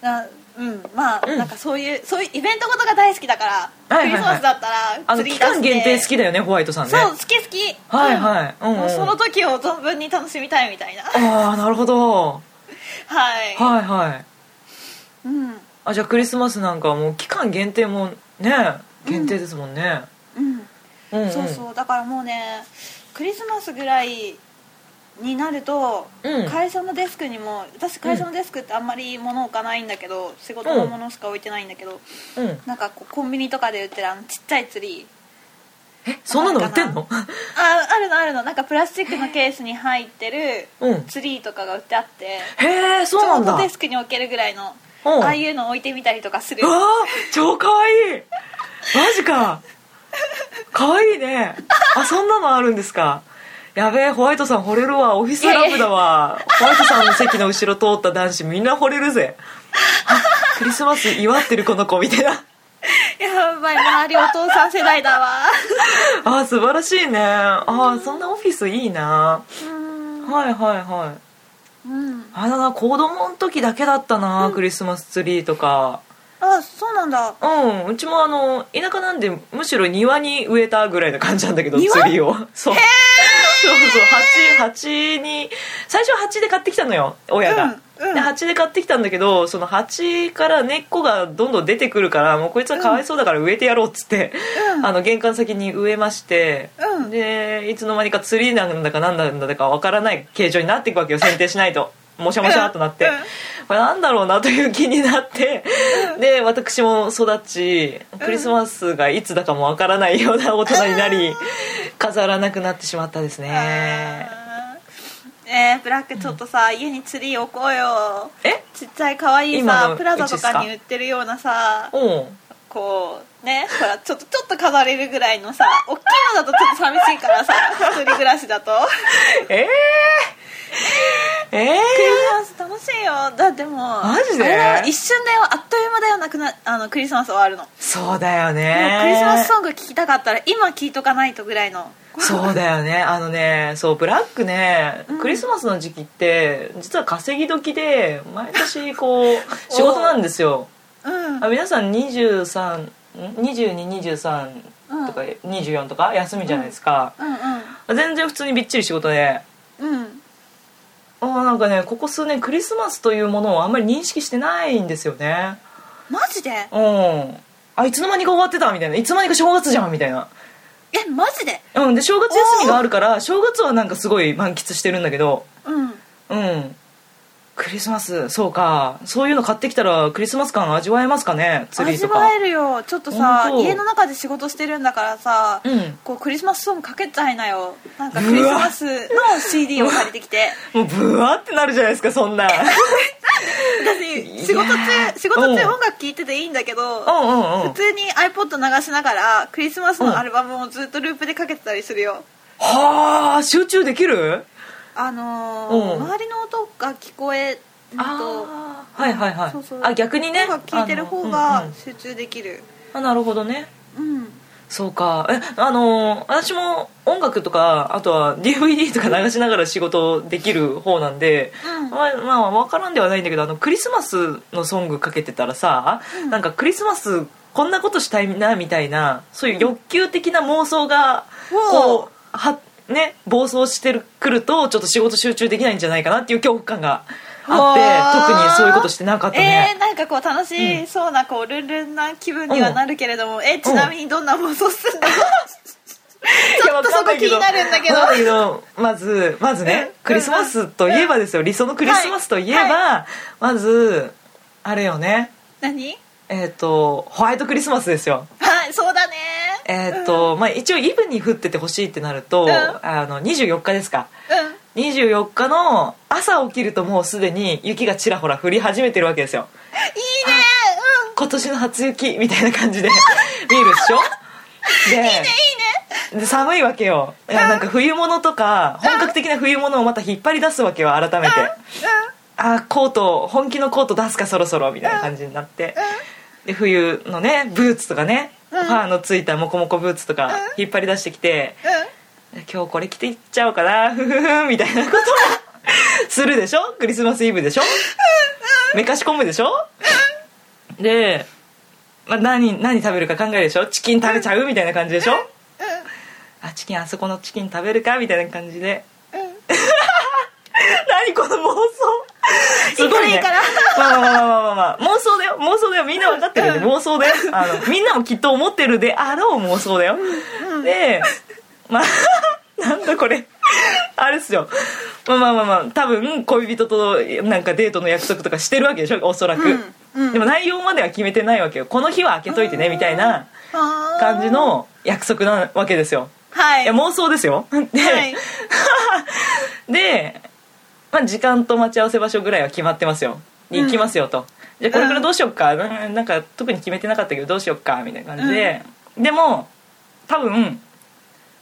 C: うなうんまあ、
A: うん
C: なんかそういうそういうイベントごとが大好きだから、
A: はいはい
C: クリスマスだった
A: あ
C: ら
A: の
C: 釣り
A: 期
C: 出して
A: 間限定好きだよねホワイトさんね
C: そう好き好き
A: はいはい
C: う
A: う
C: ん
A: んうん
C: もうその時を存分に楽しみたいみたいなは
A: ああなるほど
C: い、
A: はいはい
C: うん
A: あじゃあクリスマスなんかはもう期間限定もね限定ですもんね、
C: うん
A: うんうん、
C: そうそうだからもうねクリスマスぐらいになると、
A: うん
C: 会社のデスクにも私会社のデスクってあんまり物置かないんだけど仕事のものしか置いてないんだけど、
A: う、ん、
C: なんかこうコンビニとかで売ってるあのちっちゃいツリー
A: えそんなの売ってんの
C: ああるのあるのなんかプラスチックのケースに入ってる
A: うん
C: ツリーとかが売ってあって、
A: へえそうなん
C: ちょう
A: だ
C: どデスクに置けるぐらいの、
A: うん
C: ああいうの置いてみたりとかする
A: うわあ超かわいいマジかかわいいねあそんなのあるんですかやべえホワイトさん惚れるわオフィスラブだわホワイトさんの席の後ろ通った男子みんな惚れるぜあクリスマス祝ってるこの子みたいな
C: やばい周りお父さん世代 だわ
A: あ素晴らしいねあそんなオフィスいいな
C: うん
A: はいはいはい
C: うん
A: あだな子供の時だけだったな、クリスマスツリーとか
C: あそうなんだ
A: うんうちもあの田舎なんでむしろ庭に植えたぐらいな感じなんだけど
C: 庭
A: 釣りをそうそうそう 鉢鉢に最初は鉢で買ってきたのよ親が、
C: うんうん
A: で鉢で買ってきたんだけどその鉢から根っこがどんどん出てくるからもうこいつはかわいそうだから植えてやろうっつって、
C: うん
A: あの玄関先に植えまして、
C: うん
A: でいつの間にかツリーなんだかなんだかわからない形状になっていくわけよ剪定しないと。もしゃもしゃっとなって、
C: うんうん
A: これなんだろうなという気になって、で私も育ちクリスマスがいつだかもわからないような大人になり、飾らなくなってしまったですね
C: えー、ブラックちょっとさ、家にツリー置こうよ
A: え
C: ちっちゃい可愛い
A: 今の
C: さプラザと
A: うちっすか
C: かに売ってるようなさ
A: うん
C: こうねほらちょっとちょっと飾れるぐらいのさ大きいのだとちょっと寂しいからさ一人暮らしだと
A: えー、え
C: クリ
A: ー、
C: スマス楽しいよだってもう
A: マジで
C: あれだよ一瞬だよあっという間だよなくなあのクリスマス終わるの、
A: そうだよね
C: もうクリスマスソング聴きたかったら今聴いとかないとぐらいの
A: そうだよねあのねそうブラックね、
C: うん
A: クリスマスの時期って実は稼ぎ時で毎年 こう仕事なんですよ
C: うん
A: あ皆さん232223とか24とか休みじゃないですか、
C: うん
A: 全然普通にびっちり仕事で
C: うんうん
A: あーなんかねここ数年クリスマスというものをあんまり認識してないんですよね
C: マジで
A: うんあいつの間にか終わってたみたいないつの間にか正月じゃんみたいな
C: えマジで
A: うんで正月休みがあるから正月はなんかすごい満喫してるんだけど
C: う
A: う
C: ん
A: んクリスマスそうかそういうの買ってきたらクリスマス感味わえますかねツリー
C: 味
A: とか
C: わえるよちょっとさ
A: 本当
C: 家の中で仕事してるんだからさ、
A: うん
C: こうクリスマスソングかけちゃいなよなんかクリスマスの CD を借りてきて
A: もうブワーってなるじゃないですかそんな
C: 私仕事中仕事
A: うん
C: 中音楽聴いてていいんだけど
A: うんうんうん
C: 普通に iPod 流しながらクリスマスのアルバムをずっとループでかけてたりするよ
A: はあ集中できる
C: あのー
A: うん
C: 周りの音が聞こえると
A: あーはいはいはい
C: そうそう
A: あ逆にね
C: 音楽聴いてる方
A: あのう
C: が
A: んうん
C: 集中できる
A: あなるほどね
C: うん
A: そうかえあの私も音楽とかあとは DVD とか流しながら仕事できる方なんで、
C: うん
A: まあ、まあ分からんではないんだけどあのクリスマスのソングかけてたらさ、なんかクリスマスこんなことしたいなみたいなそういう欲求的な妄想が
C: ほう
A: こうはね暴走してるくるとちょっと仕事集中できないんじゃないかなっていう恐怖感があって
C: ほう
A: 特にそういうことしてなかった
C: え
A: ね
C: ー、、なんかこう楽しそうなこうルンルンな気分にはなるけれども、えちなみにどんな妄想する んだろう
A: ちょ
C: っとそこ気になるんだけど
A: まずまずね
C: うん
A: クリスマスといえばですよ理想のクリスマスといえば、
C: はい
A: まずあれよね
C: 何
A: えっ、とホワイトクリスマスですよ
C: はいそうだね
A: えっ、と、まあ一応イブに降っててほしいってなると、
C: うん
A: あの24日ですか
C: うん
A: 24日の朝起きるともうすでに雪がちらほら降り始めてるわけですよ
C: いいねうん
A: 今年の初雪みたいな感 じで見るでしょでいいねいいねで寒いわけよいやなんか冬物とか本格的な冬物をまた引っ張り出すわけよ改めてあーコート本気のコート出すかそろそろみたいな感じになってで冬のねブーツとかねファーのついたモコモコブーツとか引っ張り出してきて今日これ着ていっちゃおうかなふふふんみたいなことをするでしょクリスマスイブでしょめかし込むでしょで、まあ、何何食べるか考えるでしょチキン食べちゃうみたいな感じでしょあチキンあそこのチキン食べるかみたいな感じで 何この妄想すごいね
C: いいからいい
A: まあまあまあまあまあ、まあ、妄想だよ妄想だよみんな分かってるよね妄想だよあ のみんなもきっと思ってるであろう妄想だよでまあ なんだこれあれっすよまあまあまあまあ多分恋人となんかデートの約束とかしてるわけでしょおそらく、
C: うんうん
A: でも内容までは決めてないわけよこの日は開けといてねみたいな
C: あー
A: 感じの約束なわけですよ
C: はい
A: いや妄想ですよで、
C: はい、
A: で、まあ、時間と待ち合わせ場所ぐらいは決まってますよに行きますよと、じゃあこれからどうしよっか、ななんか特に決めてなかったけどどうしよっかみたいな感じで、でも多分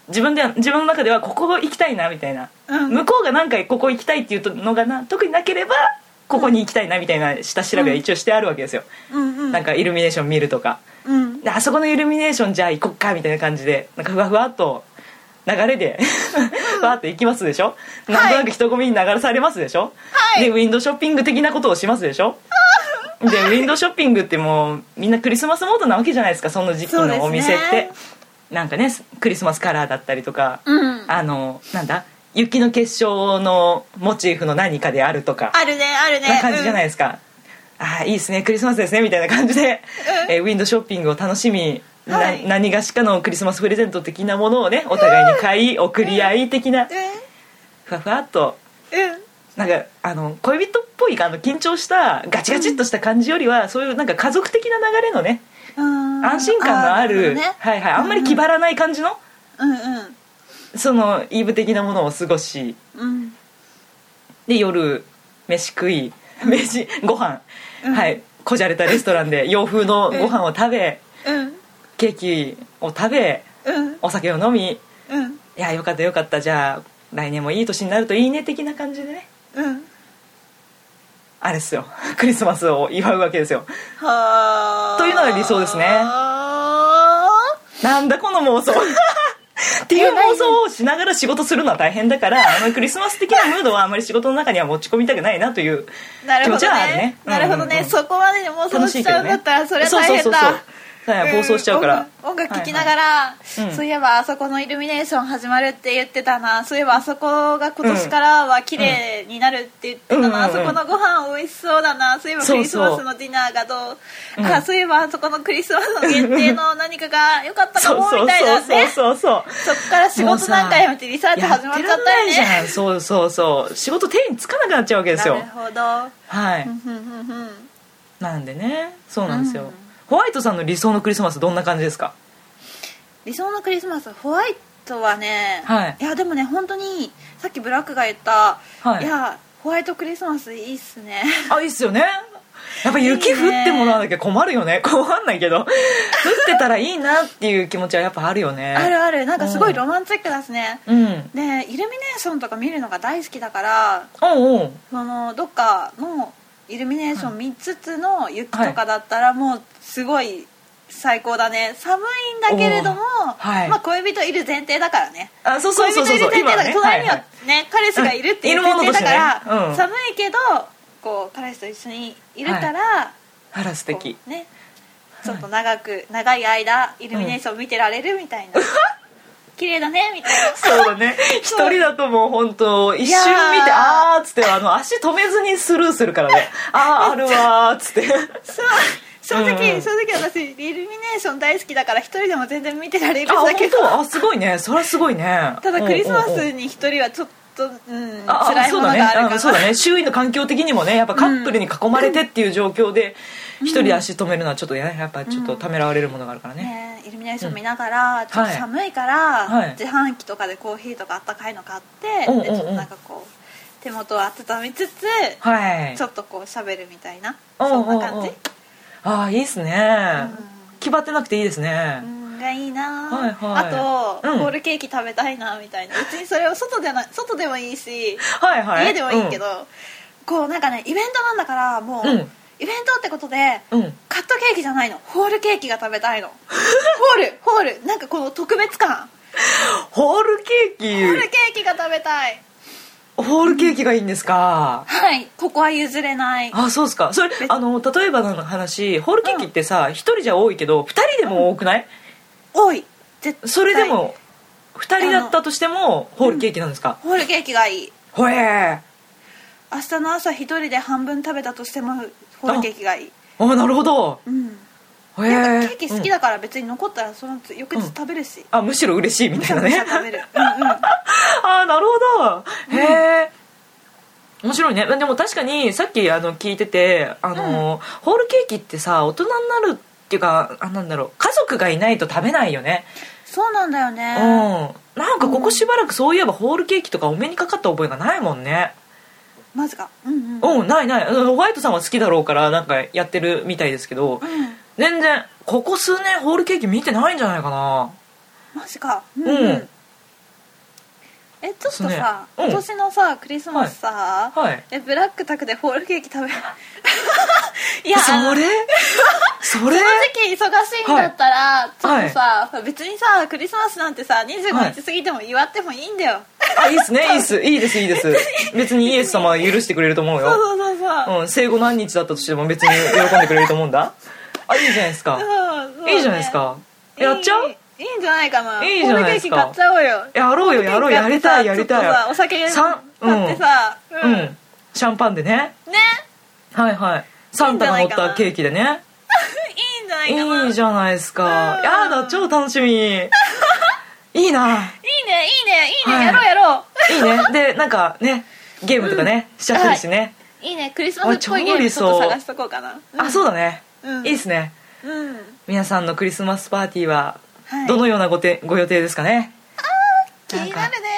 A: 自分では自分の中ではここ行きたいなみたいな、
C: うん
A: 向こうが何回ここ行きたいっていうのがな特になければここに行きたいなみたいな下調べは一応してあるわけですよ、
C: うんうん
A: なんかイルミネーション見るとか
C: うん
A: であそこのイルミネーションじゃあ行こっかみたいな感じでなんかふわふわっと流れでわーって行きますでしょ、なんとなく人混みに流されますでしょ、
C: はい
A: でウィンドウショッピング的なことをしますでし ょでウィンドウショッピングってもうみんなクリスマスモードなわけじゃないですかその時期
C: そうです
A: の
C: ね
A: お店って、なんかねクリスマスカラーだったりとか、
C: うん
A: あのなんだ雪の結晶のモチーフの何かであるとか
C: あるねあるね
A: な感じじゃない
C: い、
A: ですか、ああいいですねクリスマスですねみたいな感じで、えーウィンドウショッピングを楽しみ、な
C: はい
A: 何がしかのクリスマスプレゼント的なものをねお互いに買い送り合い的なふわふわっと
C: うんうん
A: なんかあの恋人っぽいあの緊張したガチガチっとした感じよりは、そういうなんか家族的な流れのね
C: うん
A: 安心感のある
C: ーなほどね
A: はいはい、あんまり気張らない感じの
C: うんうん
A: そのイブ的なものを過ごし
C: うん
A: で夜飯食い飯ご飯、はいこじゃれたレストランで洋風のご飯を食べ、
C: うん
A: ケーキを食べ
C: うん
A: お酒を飲みい
C: うん
A: やよかったよかったじゃあ来年もいい年になるといいね的な感じでね
C: うん
A: あれっすよ クリスマスを祝うわけですよ
C: はー
A: というのが理想ですねなんだこの 妄想っていう妄想をしながら仕事するのは大変だからあのクリスマス的なムードはあまり仕事の中には持ち込みたくないなという
C: なる
A: 気
C: ほ
A: 持ち
C: ど
A: はある
C: ね
A: ね。
C: なるほど
A: うんうん
C: ね。
A: うん
C: そこまででもそう
A: 楽し
C: し
A: い
C: ち
A: けど
C: ゃうんだ
A: ね
C: ったらそれは大変だ。
A: はい暴走しちゃうから
C: ん音楽聴きながら、
A: いはい
C: そういえばあそこのイルミネーション始まるって言ってたなそういえばあそこが今年からは綺麗になるって言ってたな、
A: うんうん
C: あそこのご飯美味しそうだなそういえばクリスマ
A: そ
C: ス
A: うそ
C: のディナーがどう
A: うん
C: あそういえばあそこのクリスマスの限定の何かが良かったか
A: そう
C: も
A: そ
C: み
A: う
C: たいな
A: そう
C: ねそ
A: そうそう
C: っから仕事なんかやめてリサーチ始まっち
A: やっ
C: ゃったよ
A: てらんない
C: ね
A: じゃんそうそうそう仕事手につかなくなっちゃうわけですよ
C: なるほど
A: はい
C: ふんふんふん
A: なんでねそうなんですよ、
C: うん
A: ホワイトさんの理想のクリスマスどんな感じですか
C: 理想のクリスマスホワイトはね、
A: はい
C: やでもね本当にさっきブラックが言った、
A: はい
C: やホワイトクリスマスいいっすね
A: あいいっすよねやっぱ雪降ってもらわなきゃ困るよね 困んないけど降ってたらいいなっていう気持ちはやっぱあるよね
C: あるあるなんかすごいロマンチックですね、
A: うん
C: でイルミネーションとか見るのが大好きだから
A: うんうん
C: そのどっかのイルミネーション見つつの雪とかだったらもうすごい最高だね寒いんだけれども、
A: はい
C: まあ、恋人いる前提だからね
A: あそうそう
C: 恋
A: そう
C: 人
A: そう
C: いる前提だから、
A: は
C: 隣
A: い
C: には
A: は
C: ね
A: い、
C: 彼氏がいるってい
A: う
C: う
A: んい
C: 前
A: るものと
C: 提
A: し
C: だ
A: てね
C: から、
A: うん
C: 寒いけどこう彼氏と一緒にいるから、
A: あら素敵
C: こうねちょっと長く長い間イルミネーション見てられるみたい な、綺麗だねみたいな
A: そうだ ね一
C: う
A: 人だともう本当一瞬
C: い
A: 見
C: や
A: て
C: ー
A: あーっつってあの足止めずにスルーするから ねあーあるわーっつって
C: そう正直、
A: うん
C: 正直私イルミネーション大好きだから一人でも全然見てられるん
A: あ
C: だけ
A: 本
C: ど
A: 当あすごいねそれはすごいね
C: ただクリスマ
A: うんうんうん
C: スに一人はちょっと、うん、
A: あ
C: 辛いものがあるかな、
A: あそうだねうんそうだね周囲の環境的にもねやっぱカップルに囲まれてっていう状況で一人で足止めるのはちょっとねやっぱちょっとためらわれるものがあるからね、
C: ねイルミネーション見ながら、ちょっと寒いから、
A: はい
C: 自販機とかでコーヒーとかあったかいの買って、
A: うんうんうん
C: でちょっとなんかこう手元を温めつつ、
A: はい
C: ちょっとこうしゃべるみたいな、
A: うんうんうん
C: そんな感じ、
A: ああいいですね、気張ってなくていいですね、
C: うんがいいな、
A: はいはい
C: あと、
A: うん
C: ホールケーキ食べたいなみたいな別にそれを外でな外でもいいし
A: はいはい
C: 家でもいいけど、こうなんかねイベントなんだからもう、
A: うん
C: イベントってことで、
A: うん、うん
C: カットケーキじゃないのホールケーキが食べたいのホールホールなんかこの特別感
A: ホールケ
C: ホー
A: ー
C: ルケーキが食べたい
A: キホールケーキがいいんですか、
C: はいここは譲れない
A: あそうですかそれあの例えばの話ホールケーキってさ一、人じゃ多いけど二人でも多くない、
C: 多い絶対
A: それでも二人だったとしてもホールケーキなんですか、
C: ホールケーキがいい
A: ほえ
C: 明日の朝一人で半分食べたとしてもホールケーキがいい
A: ーあなるほど
C: うん
A: へえ
C: なんかケーキ好き
A: だ、
C: だから別に残ったらその翌日食べるし、
A: うんあむしろ嬉しいみ
C: む
A: た
C: し
A: い
C: ゃ
A: な
C: むしゃ
A: ね
C: 食べる、うんうん、
A: ああなるほどへえ、面白いねでも確かにさっきあの聞いててあの、ホールケーキってさ大人になるっていうかあなんだろう家族がいないと食べないよね、
C: そうなんだよね、
A: うんなんかここしばらくそういえばホールケーキとかお目にかかった覚えがないもんね
C: まずかうんうんうん
A: うんないないうんホワイトさんは好きだろうからなんかやってるみたいですけど全然ここ数年ホールケーキ見てないんじゃないかな
C: マジかうん、
A: うん
C: えちょっと
A: そうね
C: さ、
A: うん
C: 今年のさクリスマスさ、
A: はい
C: えブラックタクでホールケーキ食べいや
A: そ
C: あの
A: れそれ
C: 正直忙しいんだったら、ちょっとさ、別にさクリスマスなんてさ
A: はい
C: 25日過ぎても祝ってもいいんだよ、
A: あいいっすねいいっすいいですいい です別にイエス様は許してくれると思う
C: そう
A: よ、
C: そうそうそう、
A: うん、生後何日だったとしても別に喜んでくれると思うんだあいいじゃないですか
C: そうそうね
A: いいじゃないですかやっちゃう
C: いいいいんじゃないかない
A: いじゃないですか
C: ホールケーキ買っちゃおうよ
A: やろうよやろうよやりたいや
C: ホール
A: り
C: ケーキ買ってさ
A: たい
C: ちょっとさお酒買ってさ、
A: う
C: うん
A: んシャンパンでね
C: ね
A: はいはいサンタが乗ったケーキでね
C: いいんじゃない
A: い
C: かない
A: じゃないですか
C: うん
A: やだ超楽 しみいいない
C: いねいいねいいね、
A: はい
C: やろうやろう
A: いいねでなんかねゲームとかね、しちゃってるしね、
C: いいねクリスマスっぽいゲームちょっと探しとこうかな
A: あそう
C: だ
A: だね、
C: うん
A: いいですね
C: うん
A: 皆さんのクリスマスパーティーは
C: はい
A: どのようなごてご予定ですかね
C: 気になるね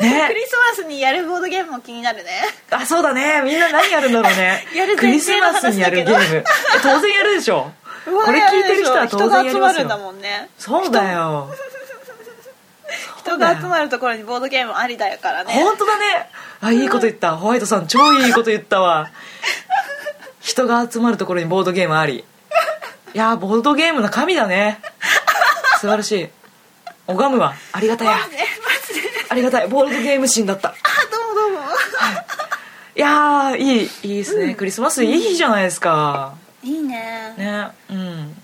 A: なんかね
C: クリスマスにやるボードゲームも気になるね
A: あそうだねみんな何やるんだろうね
C: やる
A: クリ
C: 前
A: ス
C: 提の
A: マスにやるゲー
C: 話だけ
A: ム当然やるでしょこれ聞いてる人は当然やります
C: 人が集まるんだ
A: よ
C: もんね
A: そうだよ
C: 人が集まるところにボードゲームありだからね
A: 本当だねあいいこと言ったホワイトさん超いいこと言ったわ人が集まるところにボードゲームありいやーボードゲームの神だね素晴らしい拝むわありがたいや
C: マジでマジで
A: ありがたいボードゲーム神だった
C: あどうもどうも
A: いやーいいいいですね、クリスマスいい日じゃないですか
C: いいね
A: ねうん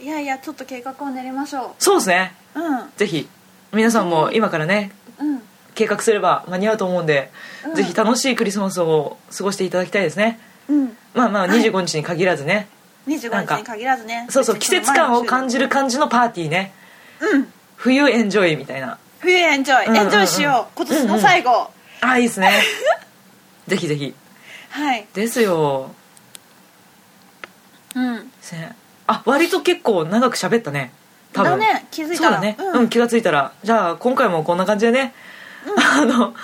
C: いやいやちょっと計画を練りましょ
A: そうですね
C: ううん
A: ぜひ皆さんも今からね
C: うん
A: 計画すれば間に合うと思うんで、
C: うん
A: ぜひ楽しいクリスマスを過ごしていただきたいですね
C: うん
A: まあまあ25日に限らずね、なん
C: 25
A: か
C: 日に限らずね
A: そうそう季節感を感じる感じのパーティーね
C: うん
A: 冬エンジョイみたいな
C: 冬エンジョ
A: うんうん
C: イエンジョイしよう今年の最後
A: ああいい ですねぜひぜひ
C: はい
A: ですよ
C: うん
A: せんあ割と結構長く喋ったね多
C: だ
A: 分
C: ね気づい
A: そう
C: た
A: だ
C: ら
A: ね、うん
C: うん
A: 気がついた らじゃあ今回もこんな感じでね、あの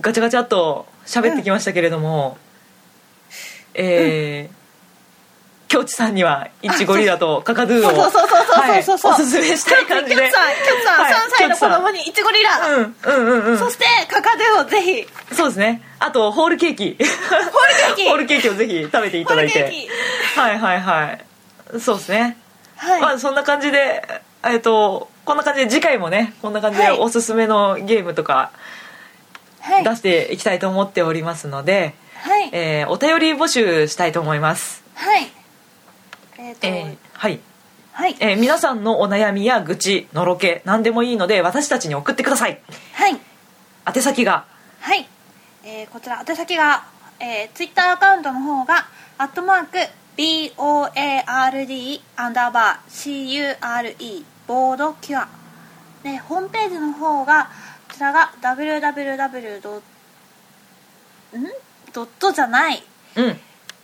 A: ガチャガチャっと喋ってきましたけれども、えー京地さんにはイチゴリラとカカドゥ
C: そう
A: を
C: そうそうそう
A: はい
C: そうそう
A: おすすめしたい感じ
C: キョッ
A: で
C: ツさんキョッツさん、
A: はい
C: 3歳の子供にイチゴリラ、
A: うんうんうんうん
C: そしてカカドゥをぜ ひ
A: そうですねあとホールケーキ
C: ホールケーキ
A: ホールケーキをぜひ食べていただい
C: ホールケー
A: てはいはいはいそうですね
C: はい、
A: まあそんな感じでえっとこんな感じで次回もねこんな感じで
C: はい
A: おすすめのゲームとか
C: はい
A: 出していきたいと思っておりますので、
C: はい
A: えーお便り募集したいと思います、
C: はいえっ、と、
A: えーはい、
C: はい
A: えー皆さんのお悩みや愚痴のろけ何でもいいので私たちに送ってください
C: はい
A: 宛先が
C: はい、えーこちら宛先が、えツイッター Twitter アカウントの方が「アットマーク #BOARD アンダーバー CURE ボードキュア」でホームページの方がこちらが www. ドんドットじゃない
A: うん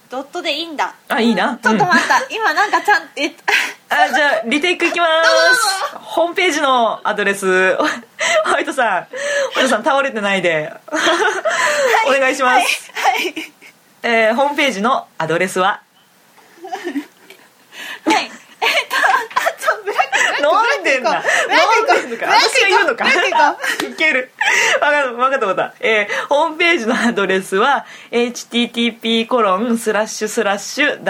C: ドットでいいんだ
A: あいいな
C: ちょっと待った、今なんかちゃんえっと
A: あじゃあリテイクいきますホームページのアドレスホワイトさんホワイトさん倒れてないでお願いします、
C: はい
A: えーホームページのアドレスは
C: はいえっとあちょブラックブラック
A: 飲んでんな飲んでんのか私が言うのか
C: ブラックいこうブラックいこう
A: いけるわかったわかったわかった、えーホームページのアドレスは http コロンスラッシュスラッシュ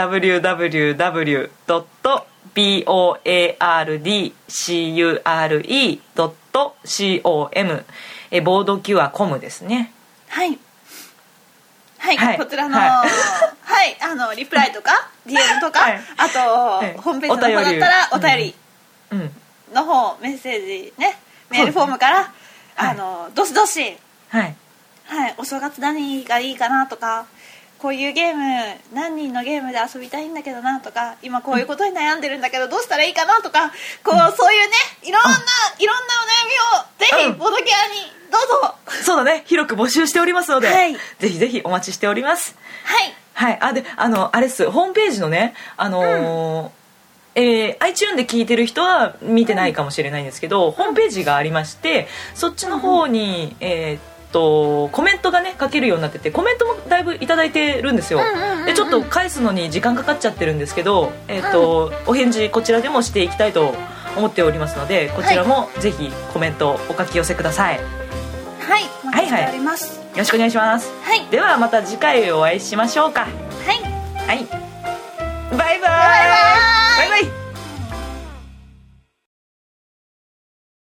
A: www.boardcure.com えーボードキュアコムですね
C: はい。はい、
A: はい
C: こちらの、
A: は
C: は、
A: い
C: あの、リプライとか、DM とか、
A: はい
C: あと、
A: い
C: ホームページの方だったら、
A: お
C: お
A: 便り
C: 便り
A: うん
C: の方、メッセージね、メー
A: そうです
C: ル
A: ね
C: フォームから、
A: はい
C: あの、どしどし、
A: はい
C: はい、お正月何がいいかなとか、こういうゲーム、何人のゲームで遊びたいんだけどなとか、今こういうことに悩んでるんだけど、どうしたらいいかなとか、こう、そういうね、いろんな、いろんなお悩み
A: う
C: を、ぜ
A: ん
C: ひ、ボドキャアに、どうぞ、
A: そうだね広く募集しておりますので、
C: はい
A: ぜひぜひお待ちしております
C: はい、
A: はい、あであのあれっすホームページのねあのーえー iTune で聞いてる人は見てないかもしれないんですけど、ホームページがありましてそっちの方に、えーっとコメントがね書けるようになっててコメントもだいぶいただいてるんですよ、
C: うんうんうんうん
A: でちょっと返すのに時間かかっちゃってるんですけど、えーっとお返事こちらでもしていきたいと思っておりますのでこちらもぜひコメントお書き寄せください、よ
C: はい、お待ちしております。
A: ろしくお願いします
C: はい
A: ではまた次回お会いしましょうか
C: はい
A: はい